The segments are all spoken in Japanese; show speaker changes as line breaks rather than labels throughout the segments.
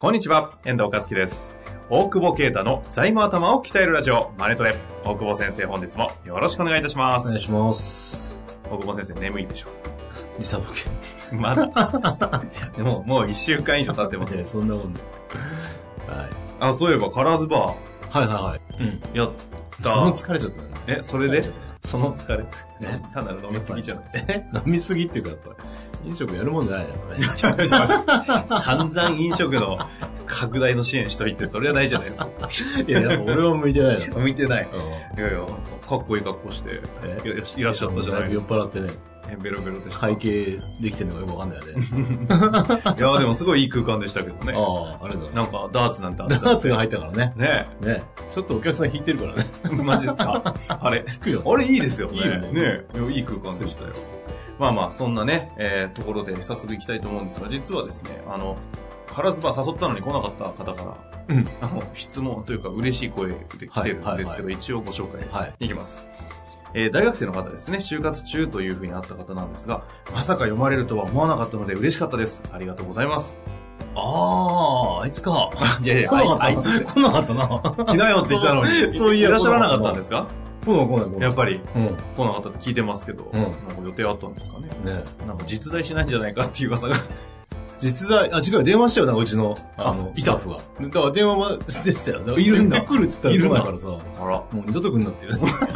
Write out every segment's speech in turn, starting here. こんにちは、遠藤和樹です。大久保啓太の財務頭を鍛えるラジオ、マネトレ。大久保先生、本日もよろしくお願いいたしま
お
す。
願いします。
大久保先生、眠いでしょ
時差ボケ。
うまだ でも、もう一週間以上経ってます。
そんなもんね。はい。
あ、そういえば、カラーズバ
はいはい
ー。うん。やった。
はい。その疲れちゃったね。
えそれで
疲ちゃったね
その疲れ。
ね
単なる飲みすぎじゃないですか。
え飲みすぎっていうか、やっぱり、飲食やるもんじゃないだろうね。
散々飲食の拡大の支援しといて、それはないじゃないですか。
いや、やっぱ俺は向いてないだろ
向いてない。
う。
いやいや、かっこいい格好して、
え
いらっしいらっしゃったじゃ
だ
ないいで
ぶ酔っ
すか。
払ってね、
ベロベロでした。
会計できてるのかよくわかんないよね。
いや、でもすごいいい空間でしたけどね。
ああ、ありがとうござ
ないんか、ダーツなんてあっ
ます。ダーツが入
っ
ったからね。
た。ね
ねちょっとお客さん引いてるからね。
え。マジですかあれ。
引くよね。
あれいいですよね。
いいよね
ねえいやいい空間でしたよ。まあまあ、そんなね、えーところで早速行きたいと思うんですが、実はですね、あの、カラスバー誘ったのに来なかった方から、
うん
あの、質問というか嬉しい声で来てるんですけど、
はいはいは
一応ご紹介
はい。
いきます。えー大学生の方ですね、就活中というふうにあった方なんですが、まさか読まれるとは思わなかったので嬉しかったです。ありがとうございます。
ああ、あいつか。
いやいや、
来なかった。
あいつ、
来なかったな。
来なよって言ったのに、
そういや
らっしゃらなかったんですか
来ない来ない来な
や
い
っ。ぱり
うん。
来なかったって聞いてますけど、
うん
なんか予定あったんですかね。
ね
なんか実在しないんじゃないかっていう噂が。
実在、あ、違うよ、電話したよな、うちの、
あ
あの、
いた
スタッフが。だから電話はしてたよ。だからいるんだ。来るって言った
ら
いるん
来ない
だか
から
さ、も
あら。
う二度と来んなって いう。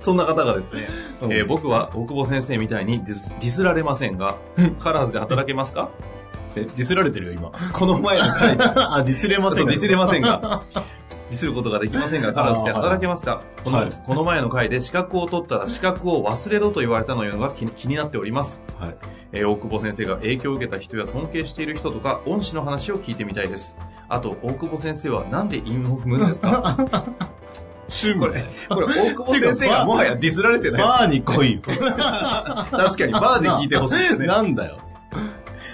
そんな方がですね、えー
僕、
僕は大久保先生みたいにディスディスられませんが、カラーズで働けます か
えディスられてるよ、今。
この前の回、
あ、ディスれま
そ
せ
うん ディスれません
か。
が、ディスることができませんが、カラーズで働けますかこの,、
はい
この前の回で資格を取ったら資格を忘れろと言われたのが気に気になっております。
はい。
えー大久保先生が影響を受けた人や尊敬している人とか恩師の話を聞いてみたいですあと大久保先生はなんで韻を踏むんですか
中
これこれ大久保先生がもはやディスられてない
バーに来いよ。
確かにバーで聞いてほしいです ね
なんだよ。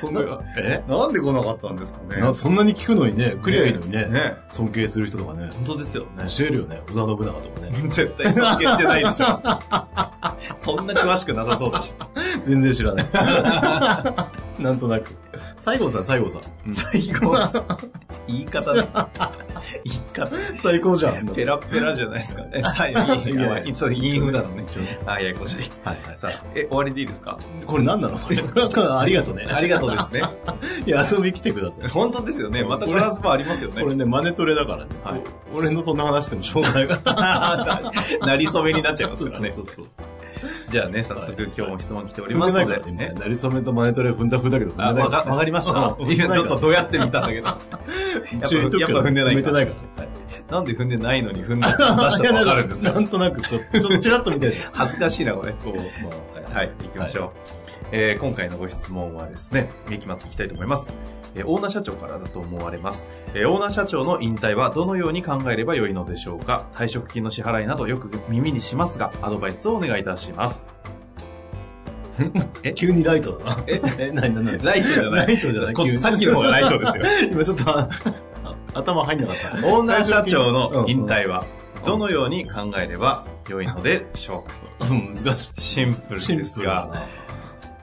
そんな、え
なんで来なかったんですか
なそんなに聞くのにね、クリアいいのにね、
ね
尊敬する人とかね、
本当ですよね
教えるよね、織田信長とかね。
絶対尊敬してないでしょ そんな詳しくなさそうだし
全然知ら ない。なんとなく。西郷さん、西郷さん。
最高です言い方ね 言い方
最高じゃん。
ペラッペラじゃないですかね最後に
いやいや
韻踏むなのねあややこしい
はいはい。
さあえ終わりでいいですか
これ何なの これありがとうね。
ありがとうですね。
いや、遊び来てくださ い。
本当ですよね。また
こ
コ
れ
ラーズバーありますよ
こ
ね。
れね、マネトレだからね。
はい
お俺のそんな話でもしょうがないか ら。
なりそめになっちゃいますからね。
そうそうそう。
じゃあね、早速今日も質問来ており
踏
ま
ん
す
でない
の
か
で
らね。
ね。
なりそめとマネトレ踏んだ踏んだけど踏んで
あ、
ない
わ
から
か、わかりました。
うん
今ちょっとどうやって見たんだ けど。やっぱ
一応言っとくけど
やっぱ踏んでない
踏
か
めてないからね。
なんで踏んでないのに踏んだ、出したらわかるんです
な
か
んとなく、ちょっと、ちょっとチラッと見たいし。
恥ずかしいな、これ。
こう、ま
はい、行きましょう。えー今回のご質問はですね、決まっていきたいと思います。えーオーナー社長からだと思われます。えーオーナー社長の引退はどのように考えればよいのでしょうか退職金の支払いなどよく耳にしますが、アドバイスをお願いいたします。
あ、急にライトだな。
え
え、なになに
ライトじゃない
ライトじゃない。
こ
急に
さっきの方が ライトですよ。
今ちょっと、ああ頭入んなかった。
オーナー社長の引退はどのように考えればよいのでしょうか
うん、難し
シンプル
い。シン
で
プ
す
ルだ
が、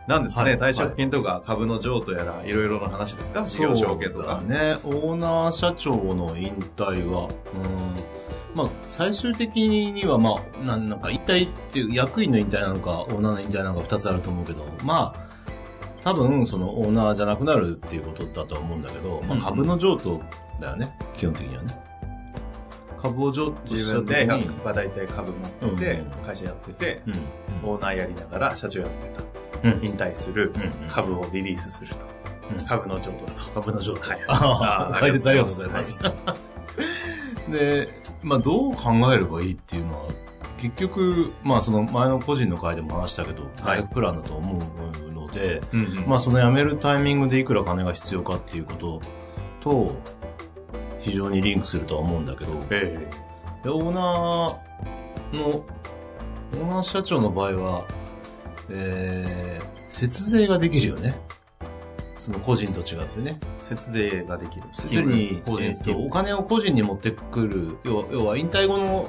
な。
なんですかね、
はい
退職金とか株の譲渡やら、いろいろな話ですか事
そう
業承継とか。
だね、オーナー社長の引退は、うん、まあ、最終的には、まあ、なんなんか、引退っていう、役員の引退なのか、オーナーの引退なのか、二つあると思うけど、まあ、多分、その、オーナーじゃなくなるっていうことだとは思うんだけど、ま
う
あ、
ん
株の譲渡だよね、基本的にはね。株を譲渡
自
した
分
時
で
に、
100%大体株持ってて
うん、
会社やってて、
うん。
オーナーやりながら社長やって
う
た。
ん。
引退する
うん。
株をリリースすると
う。ん
株の譲渡だと。
株の譲渡。
はい
あ
あ
あ
ー
解説ありがとうございます。で、まあ、どう考えればいいっていうのは、結局、まあ、その前の個人の回でも話したけど、
はい
ライフプランだと思うで、
うんうん
まあその辞めるタイミングでいくら金が必要かっていうことと、非常にリンクするとは思うんだけど、
え
でオーナーの、オーナー社長の場合は、えー、節税ができるよね。その個人と違ってね。
え節税ができる。
要するに、
個人
えー
スキ
と
ーム
お金を個人に持ってくる、要は要は引退後の、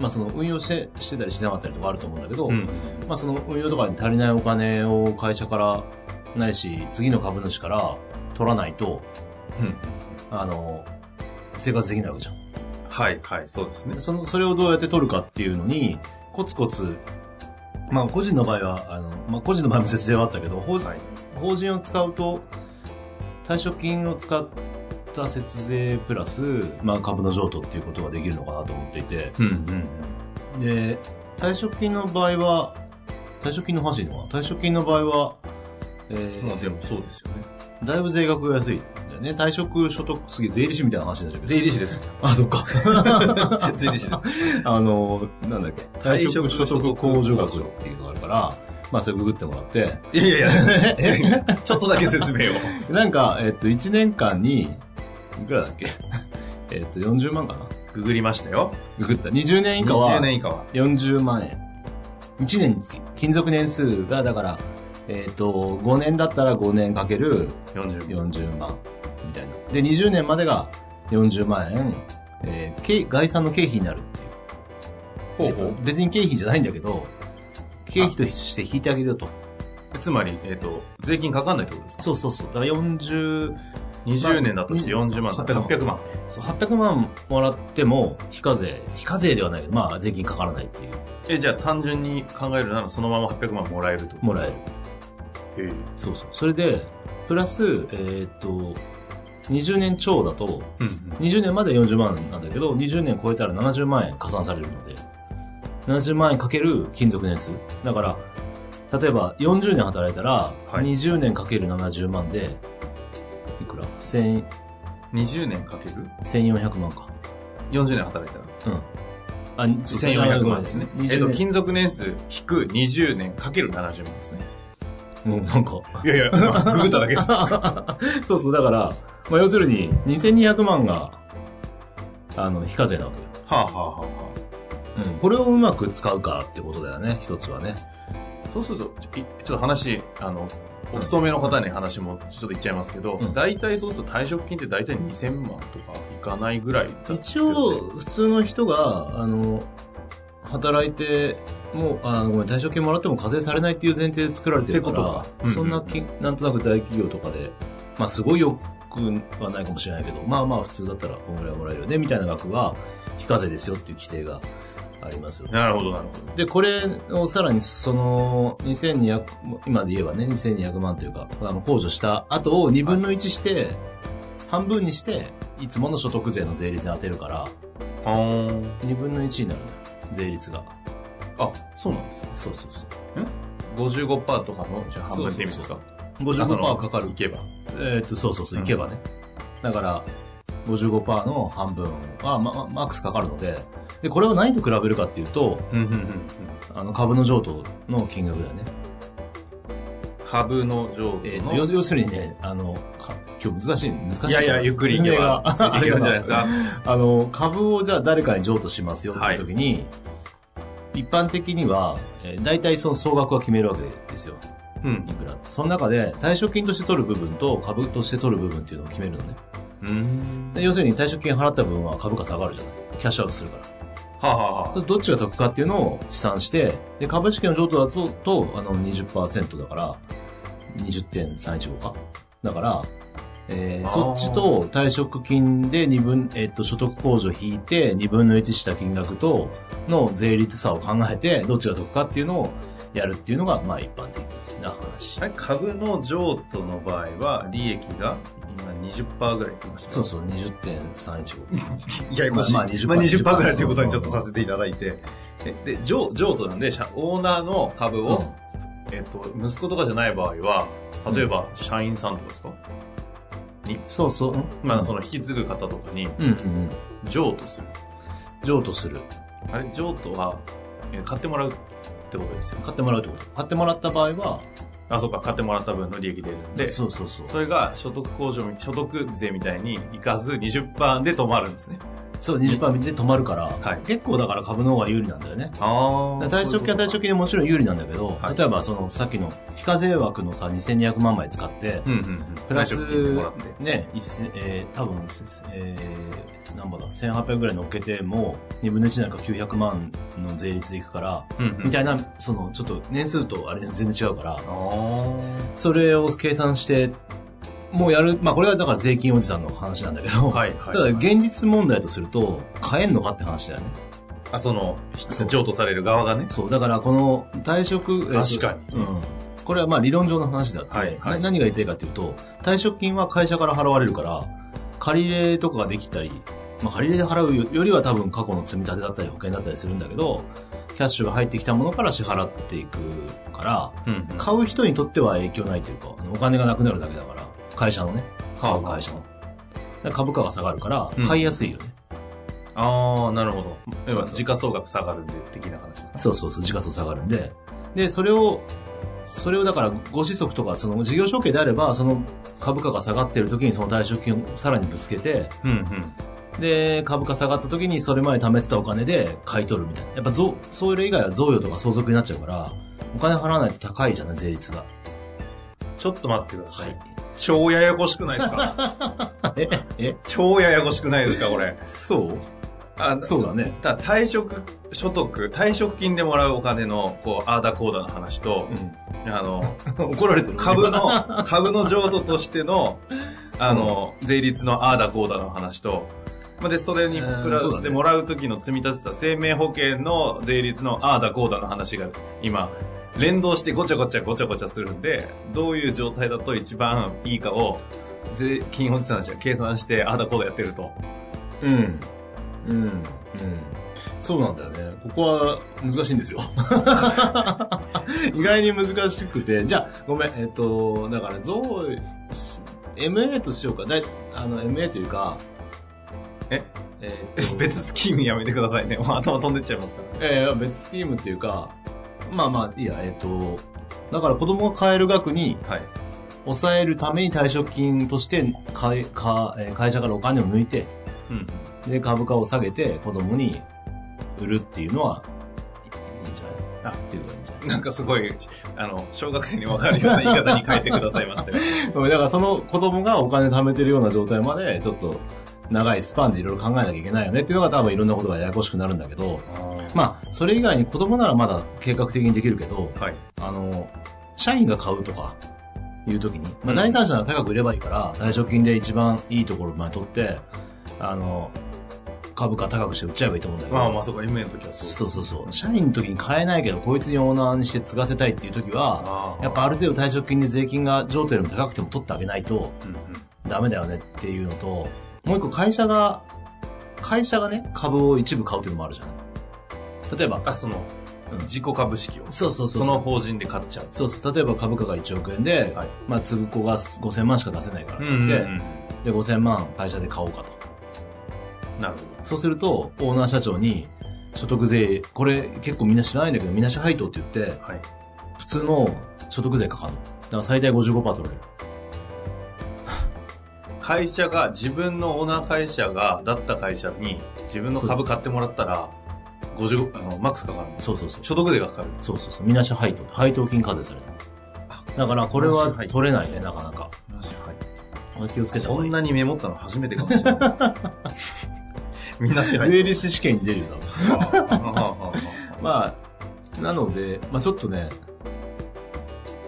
まあその運用してしてたりしてなかったりとかあると思うんだけど、
うん
まあ、その運用とかに足りないお金を会社からないし次の株主から取らないと
うん
あの生活できないわけじゃん
はい、はい、そうですね
で。そのそれをどうやって取るかっていうのにコツコツまあ個人の場合はあの、まあ、個人の場合も節税はあったけど法,、
はい
法人を使うと退職金を使った節税プラス、まあ、株の譲渡っていうことができるのかなと思っていて、
うんうん。
で退職金の場合は退職金の話でいいのかな退職金の場合は、えー
まあでもそうですよね。
だいぶ税額が安いんだよね退職所得次税理士みたいな話になっちゃうけど
税理士です。
あそっ か
税理士です。
あのなんだっけ
退職所得
控除額っていうのがあるからまあそれググってもらって
いやい やいや、ちょっとだけ説明を。
なんかえっと1年間にいくらだっけ えっと40万かな
ググりましたよ。
ググった20年以下は
20年以下は。
40万円。1年につき。勤続年数が、だから、えっ、と、5年だったら5年かける
40。
40万。みたいな。で、20年までが40万円、えー経概算の経費になるっていう。
ほうほう
えーと別に経費じゃないんだけど、経費として引いてあげるよと。
つまり、えっと、税金かかんないってことですか
そうそうそう。だから40、
20年だとして
まあ
40万、800万。
そう、800万もらっても、非課税、非課税ではないけど、まあ、税金かからないっていう。
え、じゃあ単純に考えるならそのまま800万もらえるってこと
も
で
ら
す
え
か
る。
ええ
そうそう。それで、プラス、えーっと、20年超だと、
うん
20年まで40万なんだけど、20年超えたら70万円加算されるので、70万円かける勤続年数。だから、例えば40年働いたら、
はい
20年かける70万で、いくら1000
うん。20年かける
?1400 万か。
40年働いたら。
うん。あ、
1400万ですね。えっと、
20年
勤続年数引く20年かける70万ですね。
うん、なんか。
いやいや、 ググっただけです。
そうそう、だから、まあ、要するに、2200万が、あの、非課税なわけよ。
はあはあはあは
うん、これをうまく使うかってことだよね、一つはね。
あ。そうすると、ちょいちょっと話、あの、お勤めの方に話もちょっと言っちゃいますけど、
うん
大体そうすると退職金って大体2000万とかいかないぐらいだったんです
一
よね
応、普通の人が、あの、働いて、もう、あの、ごめん退職金もらっても課税されないっていう前提で作られてるから、
ってことか
そんなき、なんとなく大企業とかで、まあ、すごいよくはないかもしれないけど、まあまあ、普通だったらこんぐらいもらえるよね、みたいな額は、非課税ですよっていう規定がありますよね
なるほど、なるほ
で、これをさらにその2200、今で言えばね、2200万というか、あの、控除した後を2分の1して、半分にして、いつもの所得税の税率に当てるから、
ど。はーん。
2分の1になるんだよ税率が。
あ、そうなんですか。
そうそうそう。
55%とかの、じゃあ半分って意味ですか
55%かかる
い。けば。
えーっと、そうそうそう、
うん
いけばね。だから、55%の半分は、ま、まマックスかかるので、で、これを何と比べるかっていうと、
うんうんうんうん。
あの、株の譲渡の金額だよね。
株の上
え
下
ーと
の。
要要するにね、あの、か今日難しい、難しいから。
いやいや、ゆっくりいけば、
説明が
いけばいいんじゃ ないですか。
あの、株をじゃあ誰かに譲渡しますよっ
は
て
い
時に、一般的には、えー大体その総額は決めるわけですよ。
うん
い。くらってその中で、退職金として取る部分と株として取る部分っていうのを決めるのね。
うん。
で要するに退職金払った分は株価下がるじゃない。キャッシュアウトするから。
はあ、はあは
そうするとどっちが得かっていうのを試算して、で、株式の譲渡だと、とあの20%だから、20.315か。だから、えー
あー
そっちと退職金で二分、えっと、所得控除引いて2分の1した金額との税率差を考えて、どっちが得かっていうのをやるっていうのが、まあ一般的な話。
あ。あれ株の譲渡の場合は、利益が今20%ぐらいって言いましたね
そうそう、20.315。
ややこしい。
ま
まあ、
あ20%
20%, ぐらいということにちょっとさせていただいて。で、で譲譲渡なんで、社オーナーの株を、えっと、息子とかじゃない場合は、例えば、社員さんとかですか、
そうそう。ん
まあ、その引き継ぐ方とかに、
うんうんうん。
譲渡する。
譲渡する。
あれ、譲渡は、え買ってもらうってことですよね。
買ってもらうってこと買ってもらった場合は、
あ、そうか、買ってもらった分の利益出るんで、
そうそうそう。
それが所得控除、所得税みたいにいかず20%で止まるんですね。
そう、20%で止まるから、
はい
結構だから株の方が有利なんだよね。
あ
だから退職金は退職金でもちろん有利なんだけど、
はい
例えばそのさっきの非課税枠のさ、2200万枚使って、
うんうんうん。
プラ
退
ス
職金もらって。、
ね、1000えー、多分、えー、何ぼだ、1800ぐらい乗っけても、2分の1なんか900万の税率でいくから、
うんうん
みたいな、その、ちょっと年数とあれ全然違うから、
あ
それを計算して、もうやる、まあこれはだから税金おじさんの話なんだけど、
はいはい
ただ現実問題とすると、買えんのかって話だよね。
あ。あ、その、
そう
譲渡される側がね。
そう、だからこの退職、えー
確かに
うん。これはまあ理論上の話だって、
はいはい
な何が言いたいかというと、退職金は会社から払われるから、借り入れとかができたり、まあ、借り入れで払うよよりは多分過去の積み立てだったり保険だったりするんだけど、キャッシュが入ってきたものから支払っていくから、
うんうん。
買う人にとっては影響ないというか、あのお金がなくなるだけだから、会社のね、買う会社の。だから株価が下がるから
うん、
買いやすいよね。
ああ、なるほど。要は
そうそうそう
時価総額下がるんで、的な話ですか。
そうそうそう、時価総下がるんで。で、それを、それをだから、ご子息とか、その事業承継であれば、その株価が下がってる時にその退職金をさらにぶつけて、
うんうん。
で、株価下がった時にそれまで貯めてたお金で買い取るみたいな。やっぱ贈、それ以外は贈与とか相続になっちゃうから、お金払わないと高いじゃない、税率が。
ちょっと待ってくださ
はいい。。
超ややこしくないですか
え、え、
超ややこしくないですか、これ。
そう
あ
そうだね。
だ退職所得、退職金でもらうお金の、こう、アーダコーダの話と、あの、
怒られてる。
株 の、株の譲渡としての、あの、税率のアーダコーダの話と、まあで、それにプラ
うんそうだ
スで
ね
もらう時の積み立てた生命保険の税率のアーダコーダの話が今、連動してごちゃごちゃごちゃごちゃするんで、どういう状態だと一番いいかを、税金おじさんたちが計算してアーダコーダやってると。
うん。うん。うん。そうなんだよね。ここは難しいんですよ。意外に難しくて。じゃあ、ごめん。えっと、だから、ゾウ、し MA としようか。だいあの、MA というか、
え
え
え
っと、
別スキームやめてくださいね。もう頭飛んでっちゃいますから。
えー別スキームっていうか、まあまあ、いいや、えっと、だから子供が買える額に
はい。
抑えるために退職金として会かえー会社からお金を抜いて、
うん。
で、株価を下げて子供に売るっていうのは、いいいんじゃないあ、っていうのがいいんじゃない
なんかすごい、あの、小学生に分かるような言い方に変えてくださいました よ。
うんだからその子供がお金貯めてるような状態まで、ちょっと長いスパンでいろいろ考えなきゃいけないよねっていうのが多分いろんなことがややこしくなるんだけど、まあ、それ以外に子供ならまだ計画的にできるけど、
はい。
あの、社員が買うとか、いう時に、まあ、第三者なら高く売ればいいから、退職金で一番いいところまで取って、あの、株価高くして売っちゃえばいいと思うんだけど。
まあまあ、そうか、夢の時はそう。
そうそうそう。社員の時に買えないけど、こいつにオーナーにして継がせたいっていう時は、
あ
やっぱある程度退職金で税金が譲渡よりも高くても取ってあげないと
うんうん
ダメだよねっていうのと、もう一個会社が、会社がね、株を一部買うっていうのもあるじゃない。例えば、
あ、その、
うん
自己株式を。
そうそう
そ
そうそう
の法人で買っちゃう。
そうそう。例えば株価が1億円で、
はい
まあ、継ぐ子が5000万しか出せないからって
うんうん
言
う
って、
ん。
で、5000万会社で買おうかと。
なる
そうすると、オーナー社長に、所得税、これ結構みんな知らないんだけど、みなし配当って言って
ほ、ど。はい。
普通の所得税かかるの。だから最大55%取れる。
会社が、自分のオーナー会社が、だった会社に、自分の株買ってもらったら、55、あの、マックスかかるんです。
そうそうそう。
所得税がかかる。
そうそうそう。みなし配当。配当金課税される。だからこれは取れないね、なかなか。これ気をつけた方
こ
がい
ん
い。
なにメモったの初めてかもし れない。みんな知らない。
税理士試験に出るよ、多分
ああ。
まあ、なので、まあちょっとね、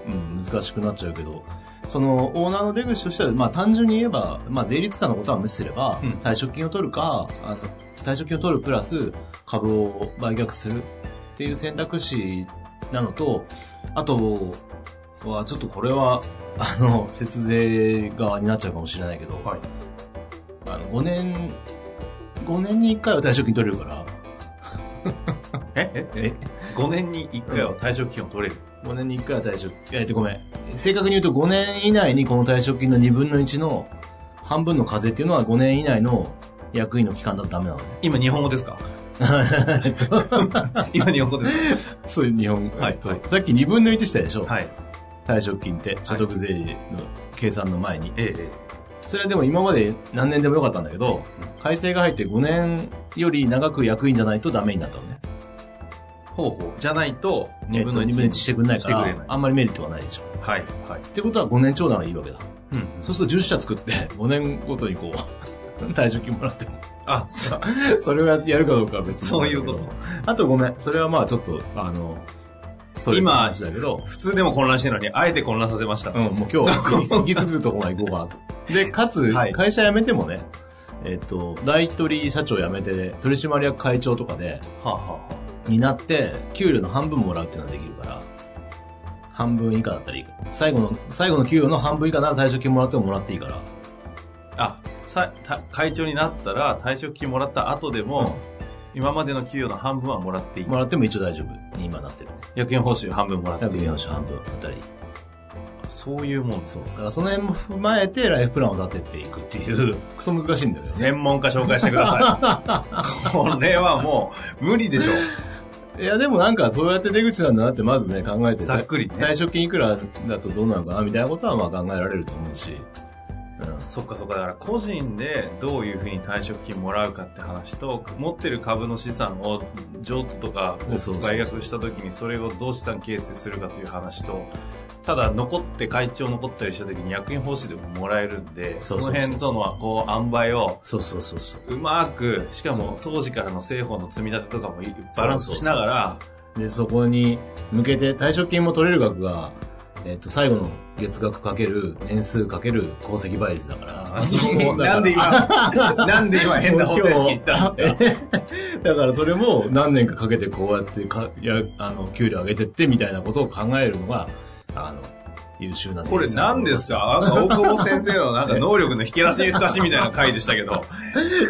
うん、難しくなっちゃうけど、その、オーナーの出口としては、まあ単純に言えば、まあ税率差のことは無視すれば、
うん
退職金を取るか、あの、退職金を取るプラス株を売却するっていう選択肢なのと、あとは、ちょっとこれは、あの、節税側になっちゃうかもしれないけど、
はい
あの、5年、5年に1回は退職金取れるから、
ええ
え
5年に1回は退職金を取れる。
5年に1回は退職、えっと、ごめん。正確に言うと5年以内にこの退職金の2分の1の半分の課税っていうのは5年以内の役員の期間だとダメなのね。
今日本語 ですか今日本語です
そういう日本
はいはい
さっき2分の1したでしょ。
かはい。
退職金って所得税の計算の前に。
えええ
それはでも今まで何年でもよかったんだけど、改正が入って5年より長く役員じゃないとダメになったのね。
えほうほう。じゃないと、2分の
えっと二
1
分の1してくれないから、
してくれない
あんまりメリットがないでしょ。
はい。はい。
ってことは5年超ならいいわけだ。
うんうん。
そうすると10社作って5年ごとにこう、 退職金もらっても。
あ、そ
それをやるかどうかは別に。
そういうこと。。
あとごめん。それはまあちょっと、あの、そういう
今
話だけど、
普通でも混乱してるのに、あえて混乱させました。
うん、もう今日、行き着くとこまで行こうかなと。 で、かつ、
はい
会社辞めてもね、えっ、と、大取社長辞めて、取締役会長とかで、
はあ、は
になって、給料の半分もらうっていうのはできるから、半分以下だったらいい。最後の、最後の給与の半分以下なら退職金もらってももらっていいから。
あ、はあ。さた会長になったら、退職金もらった後でも、今までの給与の半分はもらっていい。
もらっても一応大丈夫に今なってるね。
役員報酬半分もらってい
100
い。
円の半分あたり。
そういうもんそう
だからその辺も踏まえてライフプランを立てていくっていう、 クソ難しいんだよね。
専門家紹介してください。これはもう、無理でしょう。
いやでもなんかそうやって出口なんだなってまずね考えて
ざっくりね。
退職金いくらだとどうなのかなみたいなことはまあ考えられると思うし。うん
そっかそっか、だから個人でどういうふうに退職金もらうかって話と、持ってる株の資産を譲渡とか
そうそうそう
売却した時にそれをどう資産形成するかという話と、ただ残って会長残ったりした時に役員報酬でももらえるんで、
そ
そう
そうそうそう
の辺とのこう塩梅を
そうそうそうそう。
うまく、しかも当時からの政法の積み立てとかもバランスしながら、
で、そこに向けて退職金も取れる額が、えっ、と、最後の月額かける年数かける功績倍率だから。
あそう なんで 今、なんで今変な方程式言ったんですか
だからそれも何年かかけてこうやってか、や、あの、給料上げてってみたいなことを考えるのが、あの、優秀な
これ何ですかなんか大久保先生のなんか能力のひけらかしみたいな回でしたけど。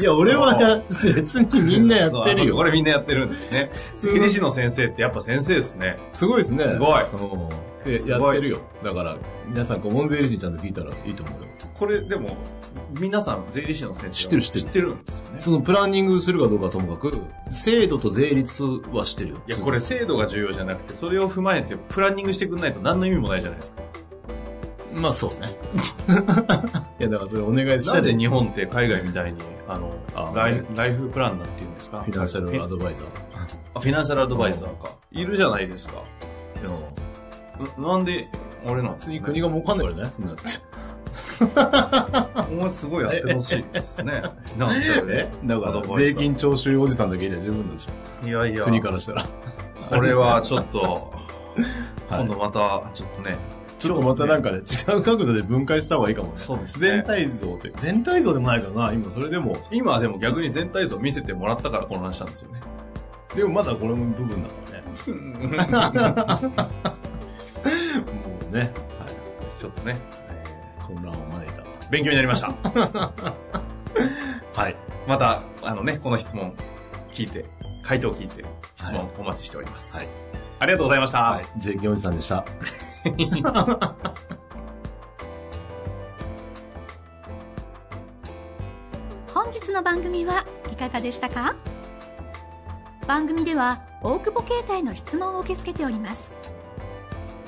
いや、俺はや別にみんなやってる
そうこ
よ。
れみんなやってるんですね。
通の
霧師の先生ってやっぱ先生ですね。
すごいですね。
すごい
うんで。や
す
っ
ごい
てるよ。だから、皆さん、こう、モンズエリジンちゃんと聞いたらいいと思うよ。
これでも、皆さん税理士の先生は
知ってる知ってる
知ってるんですよね。
その、プランニングするかどうかはともかく、制度と税率はしてるよ。
いや、これ制度が重要じゃなくて、それを踏まえてプランニングしてくんないと何の意味もないじゃないですか。
まあそうね。 いや、だからそれお願いし
な
た
んで
で、
日本って海外みたいに、あの、
あ
ライ
ね
フライフプランナーっていうんですか
フィナンシャルアドバイザー。
あフィナンシャルアドバイザーか。いるじゃないですか。
うん
ななんで、あれなんです
別
かね
に国が儲かんないからね、そんな。
お前すごいやってほしいですね。なんちゃうね。
だ
から
税金徴収おじさんだけじゃ十分なんでしょ。
いやいや、
国からしたら。
これはちょ っと、
はい
今度また、ちょっとね、
ちょっとまたなんかね、違う角度で分解した方がいいかもね。
そうですね
全体像って。全体像でもないからな、今それでも。
今はでも逆に全体像見せてもらったから混乱したんですよね。
でもまだこれも部分だからね。もうね、
ちょっとね、
混乱を招いた。
勉強になりました。
はい。
また、あのね、この質問聞いて、回答聞いて、質問お待ちしております。
はい
ありがとうございました。
はい。税金おじさんでした。
本日の番組はいかがでしたか番組では大久保携帯の質問を受け付けております